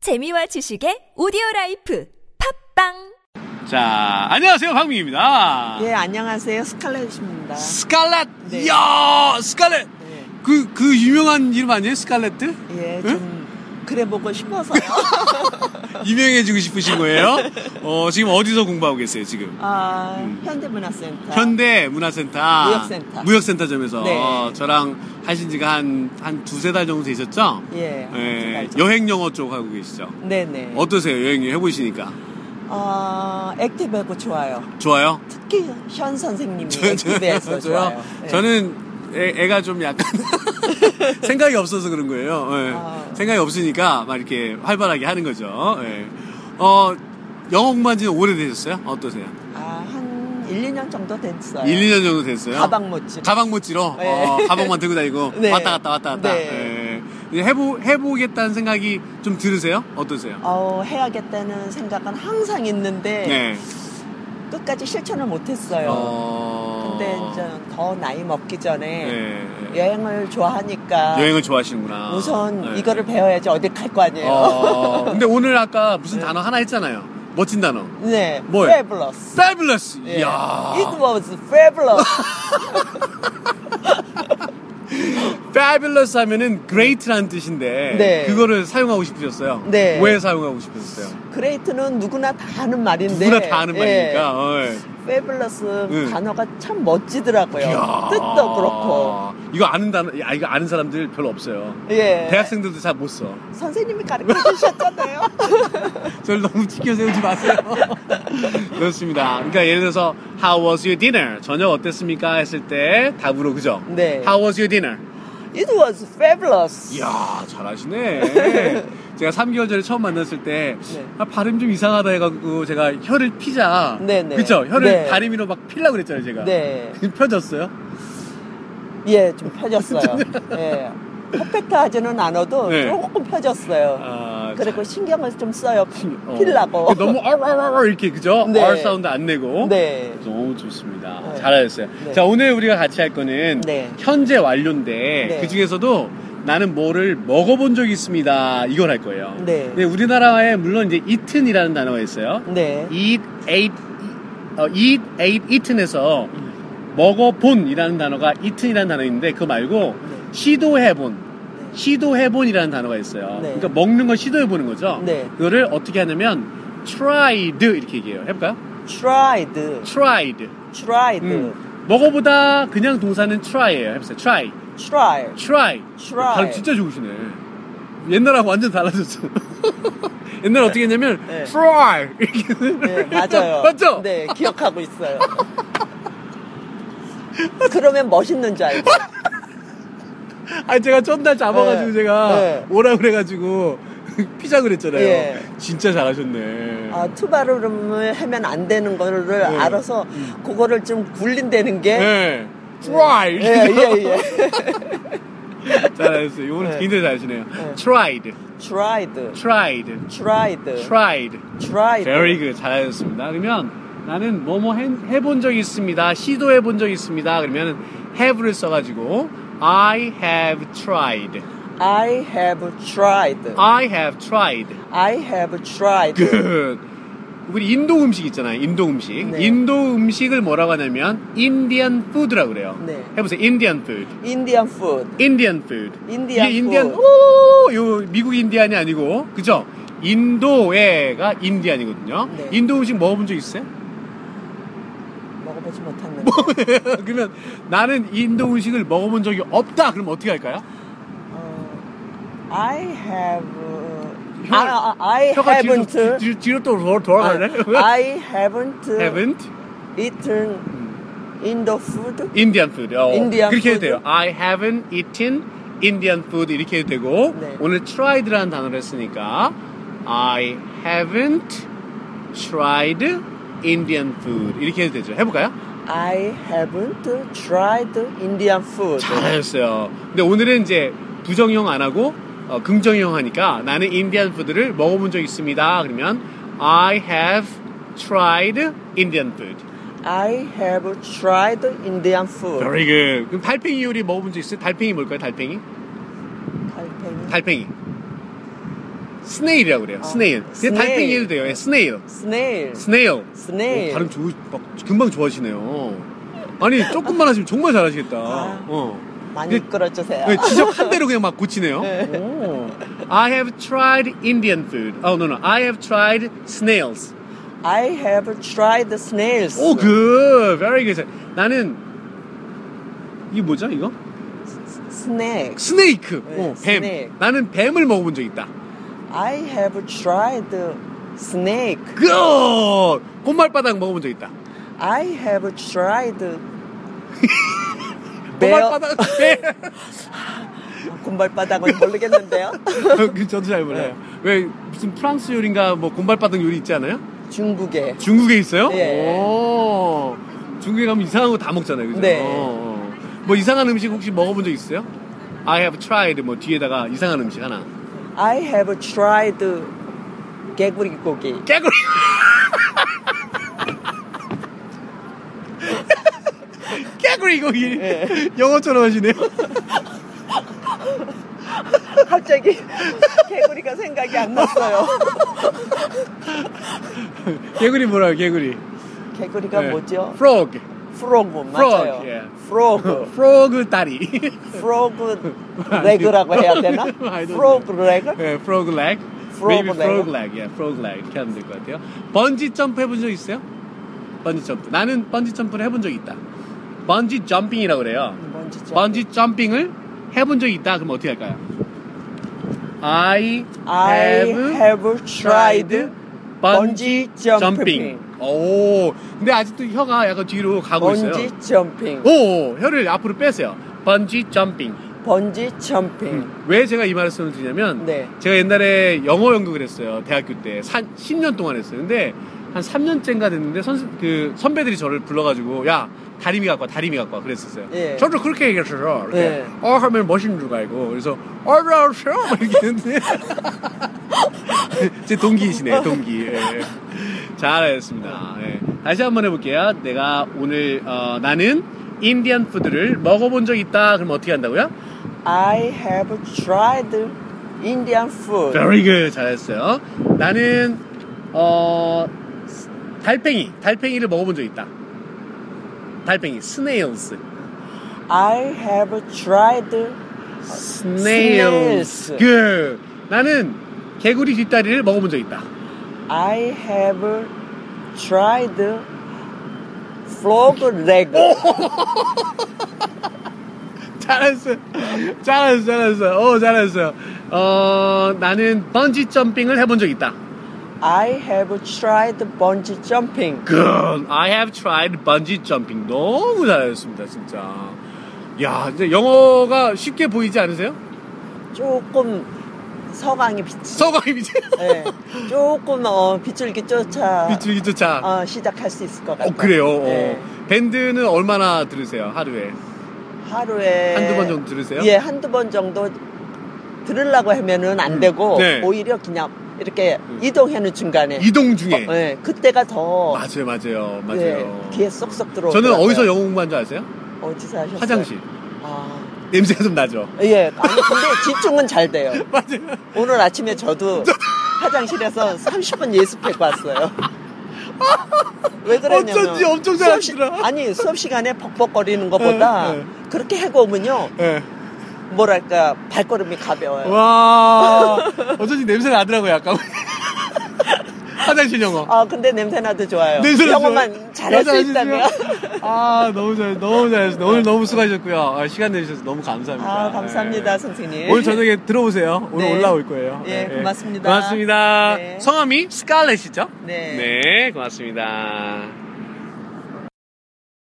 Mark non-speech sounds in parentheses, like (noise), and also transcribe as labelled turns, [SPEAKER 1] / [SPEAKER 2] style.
[SPEAKER 1] 재미와 지식의 오디오 라이프 팝빵
[SPEAKER 2] 자, 안녕하세요. 박민입니다.
[SPEAKER 3] 예, 안녕하세요. 스칼렛입니다.
[SPEAKER 2] 스칼렛!
[SPEAKER 3] 네.
[SPEAKER 2] 이야, 스칼렛!
[SPEAKER 3] 네.
[SPEAKER 2] 그, 그 유명한 이름 아니에요? 스칼렛트?
[SPEAKER 3] 예,
[SPEAKER 2] 응?
[SPEAKER 3] 좀 그래 보고
[SPEAKER 2] (laughs)
[SPEAKER 3] 싶어서.
[SPEAKER 2] 유명해지고 싶으신
[SPEAKER 3] (laughs)
[SPEAKER 2] 거예요? 어, 지금 어디서 공부하고 계세요, 지금?
[SPEAKER 3] 아, 현대문화센터.
[SPEAKER 2] 음. 현대 문화센터.
[SPEAKER 3] 아. 무역센터.
[SPEAKER 2] 무역센터점에서
[SPEAKER 3] 네.
[SPEAKER 2] 어, 저랑 하신 지가 한, 한 두세 달 정도 되셨죠?
[SPEAKER 3] 예.
[SPEAKER 2] 예,
[SPEAKER 3] 알죠.
[SPEAKER 2] 여행 영어 쪽 하고 계시죠?
[SPEAKER 3] 네, 네.
[SPEAKER 2] 어떠세요? 여행 해보시니까.
[SPEAKER 3] 아, 액티브하고 좋아요.
[SPEAKER 2] 좋아요?
[SPEAKER 3] 특히 현 선생님이
[SPEAKER 2] (laughs)
[SPEAKER 3] 액티브해서 좋아요. 예.
[SPEAKER 2] 저는 애, 가좀 약간 (laughs) 생각이 없어서 그런 거예요. 예.
[SPEAKER 3] 아.
[SPEAKER 2] 생각이 없으니까 막 이렇게 활발하게 하는 거죠. 예. 어, 영어 공부한 지는 오래되셨어요? 어떠세요?
[SPEAKER 3] 아, 한 1, 2년 정도 됐어요.
[SPEAKER 2] 1, 2년 정도 됐어요?
[SPEAKER 3] 네. 가방 못지.
[SPEAKER 2] 가방 모찌로?
[SPEAKER 3] 네.
[SPEAKER 2] 어, 가방만 들고 다니고
[SPEAKER 3] (laughs) 네.
[SPEAKER 2] 왔다 갔다 왔다 갔다.
[SPEAKER 3] 네.
[SPEAKER 2] 예. 이제 해보, 해보겠다는 생각이 좀 들으세요? 어떠세요?
[SPEAKER 3] 어, 해야겠다는 생각은 항상 있는데 끝까지 실천을 못 했어요.
[SPEAKER 2] 네. 어,
[SPEAKER 3] 근데 이제 더 나이 먹기 전에
[SPEAKER 2] 네.
[SPEAKER 3] 여행을 좋아하니까
[SPEAKER 2] 여행을 좋아하시는구나.
[SPEAKER 3] 우선
[SPEAKER 2] 네.
[SPEAKER 3] 이거를 배워야지 어디 갈 거 아니에요.
[SPEAKER 2] 어, 근데 오늘 아까 무슨 단어 하나 했잖아요. 멋진 단어.
[SPEAKER 3] 네.
[SPEAKER 2] 뭐예요?
[SPEAKER 3] Fabulous.
[SPEAKER 2] Fabulous.
[SPEAKER 3] 예. It
[SPEAKER 2] 이야.
[SPEAKER 3] was fabulous.
[SPEAKER 2] Fabulous 하면은 great라는 뜻인데
[SPEAKER 3] 네.
[SPEAKER 2] 그거를 사용하고 싶으셨어요.
[SPEAKER 3] 네.
[SPEAKER 2] 왜 사용하고 싶으셨어요?
[SPEAKER 3] 그레이트는 누구나 다 하는 말인데.
[SPEAKER 2] 누구나 다 아는 말이니까.
[SPEAKER 3] 네. 예.
[SPEAKER 2] 어, 예.
[SPEAKER 3] fabulous
[SPEAKER 2] 응.
[SPEAKER 3] 단어가 참 멋지더라고요.
[SPEAKER 2] 이야.
[SPEAKER 3] 뜻도 그렇고.
[SPEAKER 2] 이거 아는 단어, 아, 이거 아는 사람들 별로 없어요.
[SPEAKER 3] 예.
[SPEAKER 2] 대학생들도 잘 못 써.
[SPEAKER 3] 선생님이 가르쳐
[SPEAKER 2] (laughs)
[SPEAKER 3] 주셨잖아요.
[SPEAKER 2] 저를 너무 튀겨 세우지
[SPEAKER 3] (laughs)
[SPEAKER 2] 마세요. 그렇습니다. 그러니까 예를 들어서 How was your dinner? 저녁 어땠습니까? 했을 때 답으로 그죠?
[SPEAKER 3] 네.
[SPEAKER 2] How was your dinner?
[SPEAKER 3] It was fabulous.
[SPEAKER 2] 이야
[SPEAKER 3] (laughs)
[SPEAKER 2] 잘하시네. 제가 3개월 전에 처음 만났을 때
[SPEAKER 3] 네.
[SPEAKER 2] 아, 발음 좀 이상하다 해가지고 제가 혀를 피자.
[SPEAKER 3] 네네.
[SPEAKER 2] 그쵸? 혀를
[SPEAKER 3] 네.
[SPEAKER 2] 다리미로 막 필라 그랬잖아요 제가.
[SPEAKER 3] 네.
[SPEAKER 2] (laughs) 펴졌어요?
[SPEAKER 3] 예, 좀 펴졌어요. 예. 퍼펙트 하지는 않아도
[SPEAKER 2] 네.
[SPEAKER 3] 조금 펴졌어요.
[SPEAKER 2] 아,
[SPEAKER 3] 그리고 신경을 좀 써요. 필-
[SPEAKER 2] 어.
[SPEAKER 3] 필라고.
[SPEAKER 2] 너무 얼얼얼 이렇게 그죠?
[SPEAKER 3] 네.
[SPEAKER 2] 얼 사운드 안 내고.
[SPEAKER 3] 네.
[SPEAKER 2] 너무 좋습니다.
[SPEAKER 3] 네.
[SPEAKER 2] 잘하셨어요.
[SPEAKER 3] 네.
[SPEAKER 2] 자, 오늘 우리가 같이 할 거는
[SPEAKER 3] 네.
[SPEAKER 2] 현재 완료인데
[SPEAKER 3] 네.
[SPEAKER 2] 그 중에서도 나는 뭐를 먹어본 적이 있습니다. 이걸 할 거예요.
[SPEAKER 3] 네.
[SPEAKER 2] 근데 우리나라에 물론 이제 이튼이라는 단어가 있어요.
[SPEAKER 3] 네.
[SPEAKER 2] eat, ate, 어, eat, ate, eaten에서 먹어본이라는 단어가 eaten이라는 단어인데 그 말고
[SPEAKER 3] 네.
[SPEAKER 2] 시도해본. 시도해본이라는 단어가 있어요.
[SPEAKER 3] 네.
[SPEAKER 2] 그러니까 먹는 걸 시도해보는 거죠.
[SPEAKER 3] 네.
[SPEAKER 2] 그거를 어떻게 하냐면 tried 이렇게 얘기해요. 해볼까요?
[SPEAKER 3] tried.
[SPEAKER 2] tried.
[SPEAKER 3] tried.
[SPEAKER 2] 음. 먹어보다 그냥 동사는 try예요. 해보세요. try,
[SPEAKER 3] try.
[SPEAKER 2] try.
[SPEAKER 3] try.
[SPEAKER 2] 발음 진짜 좋으시네. 옛날하고 완전 달라졌어. (laughs) 옛날 에 어떻게 했냐면
[SPEAKER 3] 네.
[SPEAKER 2] try 이렇게
[SPEAKER 3] 네,
[SPEAKER 2] (laughs)
[SPEAKER 3] 맞아요.
[SPEAKER 2] 맞죠?
[SPEAKER 3] 네, 기억하고 있어요. 그러면 멋있는 줄 알고.
[SPEAKER 2] 아니 제가 전날 잡아가지고
[SPEAKER 3] 네.
[SPEAKER 2] 제가
[SPEAKER 3] 네.
[SPEAKER 2] 오라 그래가지고 (laughs) 피자 그랬잖아요.
[SPEAKER 3] 예.
[SPEAKER 2] 진짜 잘하셨네.
[SPEAKER 3] 아, 투바르름을 하면 안 되는 거를 알아서 그거를 좀 굴린다는 게.
[SPEAKER 2] 음. 네. try.
[SPEAKER 3] 예, 예, 예.
[SPEAKER 2] (laughs) 잘하셨어요. 이거는
[SPEAKER 3] 네.
[SPEAKER 2] 굉장히 잘하시네요. tried,
[SPEAKER 3] tried.
[SPEAKER 2] tried,
[SPEAKER 3] tried.
[SPEAKER 2] tried.
[SPEAKER 3] tried.
[SPEAKER 2] Very good. 잘하셨습니다. 그러면 나는 뭐뭐 해, 해본 적이 있습니다. 시도해 본 적이 있습니다. 그러면 have를 써가지고 I have tried.
[SPEAKER 3] I have tried.
[SPEAKER 2] I have tried.
[SPEAKER 3] I have tried.
[SPEAKER 2] Good. 그, 우리 인도 음식 있잖아요. 인도 음식.
[SPEAKER 3] 네.
[SPEAKER 2] 인도 음식을 뭐라고 하냐면 Indian food라고 그래요.
[SPEAKER 3] 네.
[SPEAKER 2] 해보세요. Indian food.
[SPEAKER 3] Indian food.
[SPEAKER 2] Indian food.
[SPEAKER 3] Indian
[SPEAKER 2] 이게 인디안
[SPEAKER 3] food.
[SPEAKER 2] 오, 요 미국 인디안이 아니고 그죠? 인도에가 인디안이거든요.
[SPEAKER 3] 네.
[SPEAKER 2] 인도 음식 먹어본 적 있어요? (laughs)
[SPEAKER 3] 먹어보지 못했는데.
[SPEAKER 2] 그러면 나는 인도 음식을 먹어본 적이 없다. 그럼 어떻게 할까요?
[SPEAKER 3] 어, I have.
[SPEAKER 2] 혀-
[SPEAKER 3] 아, 아, I
[SPEAKER 2] 혀가 뒤로,
[SPEAKER 3] haven't.
[SPEAKER 2] 뒤- 뒤로, 뒤로 또 돌- 돌아갈래?
[SPEAKER 3] I
[SPEAKER 2] (laughs)
[SPEAKER 3] haven't,
[SPEAKER 2] haven't
[SPEAKER 3] eaten Indo food.
[SPEAKER 2] Indian food. 어,
[SPEAKER 3] Indian
[SPEAKER 2] 그렇게 해도
[SPEAKER 3] food.
[SPEAKER 2] 돼요. I haven't eaten Indian food 이렇게 해도 되고
[SPEAKER 3] 네.
[SPEAKER 2] 오늘 tried라는 단어를 했으니까 I haven't tried Indian food 이렇게 해도 되죠. 해볼까요?
[SPEAKER 3] I haven't tried Indian food.
[SPEAKER 2] 잘하셨어요. 근데 오늘은 이제 부정형 안 하고 어, 긍정형 하니까 나는 인디안 푸드를 먹어본 적 있습니다. 그러면 I have tried Indian food.
[SPEAKER 3] I have tried Indian food.
[SPEAKER 2] Very good. 그럼 달팽이 요리 먹어본 적 있어요? 달팽이 뭘까요? 달팽이?
[SPEAKER 3] 달팽이.
[SPEAKER 2] 달팽이. 스네일이라고 그래요.
[SPEAKER 3] 아,
[SPEAKER 2] 스네일.
[SPEAKER 3] 스네일.
[SPEAKER 2] 근데 달팽이도 돼요. 예, 스네일.
[SPEAKER 3] 스네일.
[SPEAKER 2] 스네일.
[SPEAKER 3] 스네일.
[SPEAKER 2] 오, 발음 좋으, 막 금방 좋아하시네요. 아니 조금만 하시면 정말 잘하시겠다.
[SPEAKER 3] 아.
[SPEAKER 2] 어.
[SPEAKER 3] 많이
[SPEAKER 2] 네.
[SPEAKER 3] 끌어주세요.
[SPEAKER 2] 네, 지적한 대로 그냥 막 고치네요.
[SPEAKER 3] 네.
[SPEAKER 2] 오. I have tried Indian food. Oh no no. I have tried snails.
[SPEAKER 3] I have tried the snails.
[SPEAKER 2] 오 그. good. Very good. 나는 이게 뭐죠 이거?
[SPEAKER 3] 스낵.
[SPEAKER 2] 스네이크.
[SPEAKER 3] 네,
[SPEAKER 2] 어, 뱀.
[SPEAKER 3] 스네이크.
[SPEAKER 2] 나는 뱀을 먹어본 적 있다.
[SPEAKER 3] I have tried the snake.
[SPEAKER 2] good. 꽃말바닥 먹어본 적 있다.
[SPEAKER 3] I have tried 아, the bear.
[SPEAKER 2] 꽃말바닥 (laughs) 뱀.
[SPEAKER 3] 군발바닥은 모르겠는데요.
[SPEAKER 2] 그 저도 잘 몰라요.
[SPEAKER 3] 네.
[SPEAKER 2] 왜 무슨 프랑스 요리인가 뭐 곰발바닥 요리 있지 않아요?
[SPEAKER 3] 중국에.
[SPEAKER 2] 중국에 있어요?
[SPEAKER 3] 예.
[SPEAKER 2] 오, 중국에 가면 이상한 거 다 먹잖아요, 그죠?
[SPEAKER 3] 네.
[SPEAKER 2] 어, 어. 뭐 이상한 음식 혹시 먹어본 적 있어요? I have tried 뭐 뒤에다가 이상한 음식 하나.
[SPEAKER 3] I have tried the 개구리 고기.
[SPEAKER 2] 깨구리. (laughs) 깨구리 고기.
[SPEAKER 3] 예.
[SPEAKER 2] 영어처럼 하시네요.
[SPEAKER 3] 갑자기 (laughs) 개구리가 생각이 안 났어요.
[SPEAKER 2] 개구리 뭐라요, 개구리?
[SPEAKER 3] 개구리가
[SPEAKER 2] 예.
[SPEAKER 3] 뭐죠?
[SPEAKER 2] Frog.
[SPEAKER 3] 프로그 맞아요.
[SPEAKER 2] Frog, 예.
[SPEAKER 3] 프로그.
[SPEAKER 2] Frog 다리. (laughs)
[SPEAKER 3] 프로그 레그라고 해야 되나?
[SPEAKER 2] I don't know.
[SPEAKER 3] 프로그 레그?
[SPEAKER 2] 예, frog leg.
[SPEAKER 3] Frog
[SPEAKER 2] Maybe
[SPEAKER 3] leg.
[SPEAKER 2] frog leg. 예, frog leg. 이렇게 하면 될 것 같아요. 번지 점프 해본 적 있어요? 번지 점프. 나는 번지 점프를 해본 적이 있다. 번지 점핑이라고 그래요.
[SPEAKER 3] 뭔지 좀.
[SPEAKER 2] 번지 점핑을 해본 적이 있다. 그럼 어떻게 할까요? I,
[SPEAKER 3] I have tried
[SPEAKER 2] 번지
[SPEAKER 3] bungee
[SPEAKER 2] 점핑. 오, 근데 아직도 혀가 약간 뒤로 가고 있어요.
[SPEAKER 3] 번지 점핑.
[SPEAKER 2] 오, 혀를 앞으로 빼세요. 번지 점핑.
[SPEAKER 3] 번지 점핑.
[SPEAKER 2] 왜 제가 이 말을 쓰는 드리냐면
[SPEAKER 3] 네.
[SPEAKER 2] 제가 옛날에 영어 연극을 했어요 대학교 때 사, 10년 동안 했어요 근데 한 3년째인가 됐는데 선, 그 선배들이 저를 불러가지고 야 다리미 갖고 와 다리미 갖고 와 그랬었어요
[SPEAKER 3] 예.
[SPEAKER 2] 저도 그렇게 얘기했어요 이렇게
[SPEAKER 3] 네.
[SPEAKER 2] 어 하면 멋있는 줄 알고 그래서 어라오셔 (laughs) 이렇게 했는데 제 동기이시네 동기 예. 잘하셨습니다 예. 다시 한번 해볼게요 내가 오늘 어, 나는 인디안 푸드를 먹어본 적 있다 그럼 어떻게 한다고요?
[SPEAKER 3] I have tried Indian food.
[SPEAKER 2] Very good. 잘했어요. 나는 어 달팽이, 달팽이를 먹어본 적 있다. 달팽이, snails.
[SPEAKER 3] I have tried
[SPEAKER 2] snails. Good. 나는 개구리 뒷다리를 먹어본 적 있다.
[SPEAKER 3] I have tried frog leg.
[SPEAKER 2] 잘했어. 잘했어, 잘했어. 오, 잘했어. 어, 나는 번지 점핑을 해본 적 있다.
[SPEAKER 3] I have tried bungee jumping.
[SPEAKER 2] Good. I have tried bungee jumping. 너무 잘했습니다, 진짜. 야, 이제 영어가 쉽게 보이지 않으세요?
[SPEAKER 3] 조금 서강이 비치.
[SPEAKER 2] 서광이 이제
[SPEAKER 3] 예, 조금 어, 비둘기 쫓아
[SPEAKER 2] 비추기 쫓아.
[SPEAKER 3] 어, 시작할 수 있을 것 같아요.
[SPEAKER 2] 어, 그래요. 어.
[SPEAKER 3] 예.
[SPEAKER 2] 밴드는 얼마나 들으세요? 하루에?
[SPEAKER 3] 하루에
[SPEAKER 2] 한두 번 정도 들으세요?
[SPEAKER 3] 네. 예, 한두 번 정도 들으려고 하면은 안 되고
[SPEAKER 2] 네.
[SPEAKER 3] 오히려 그냥 이렇게 이동하는 중간에
[SPEAKER 2] 이동 중에.
[SPEAKER 3] 어, 예, 그때가 더
[SPEAKER 2] 맞아요, 맞아요, 맞아요.
[SPEAKER 3] 예, 네. 귀에 쏙쏙 들어.
[SPEAKER 2] 저는 어디서 영어 공부한 줄 아세요?
[SPEAKER 3] 어디서 하셨어요?
[SPEAKER 2] 화장실.
[SPEAKER 3] 아,
[SPEAKER 2] 냄새가 좀 나죠? (laughs)
[SPEAKER 3] 예. 아니 근데 (laughs) 집중은 잘 돼요.
[SPEAKER 2] 맞아요.
[SPEAKER 3] 오늘 아침에 저도 화장실에서 30분 예습하고 왔어요. 왜 그랬냐면
[SPEAKER 2] 어쩐지 엄청
[SPEAKER 3] 수업 시-
[SPEAKER 2] 잘하시더라.
[SPEAKER 3] 아니 수업 시간에 벅벅거리는 것보다
[SPEAKER 2] 예, 예.
[SPEAKER 3] 그렇게 해고 오면요
[SPEAKER 2] 예.
[SPEAKER 3] 네. 뭐랄까 발걸음이 가벼워요.
[SPEAKER 2] 와, 어쩐지 냄새 나더라고요, 약간. (laughs) 화장실 영어.
[SPEAKER 3] 아 근데 냄새나도 좋아요.
[SPEAKER 2] 냄새나
[SPEAKER 3] 영어만
[SPEAKER 2] 네,
[SPEAKER 3] 잘할 수 있다면.
[SPEAKER 2] 아, 너무 잘, 너무 잘했어요. 오늘 너무 수고하셨고요. 아, 시간 내주셔서 너무 감사합니다.
[SPEAKER 3] 아 감사합니다
[SPEAKER 2] 예.
[SPEAKER 3] 선생님.
[SPEAKER 2] 오늘 저녁에 들어오세요. 오늘
[SPEAKER 3] 네.
[SPEAKER 2] 올라올 거예요.
[SPEAKER 3] 예, 고맙습니다.
[SPEAKER 2] 고맙습니다.
[SPEAKER 3] 네.
[SPEAKER 2] 성함이 스칼렛이죠?
[SPEAKER 3] 네.
[SPEAKER 2] 네, 고맙습니다.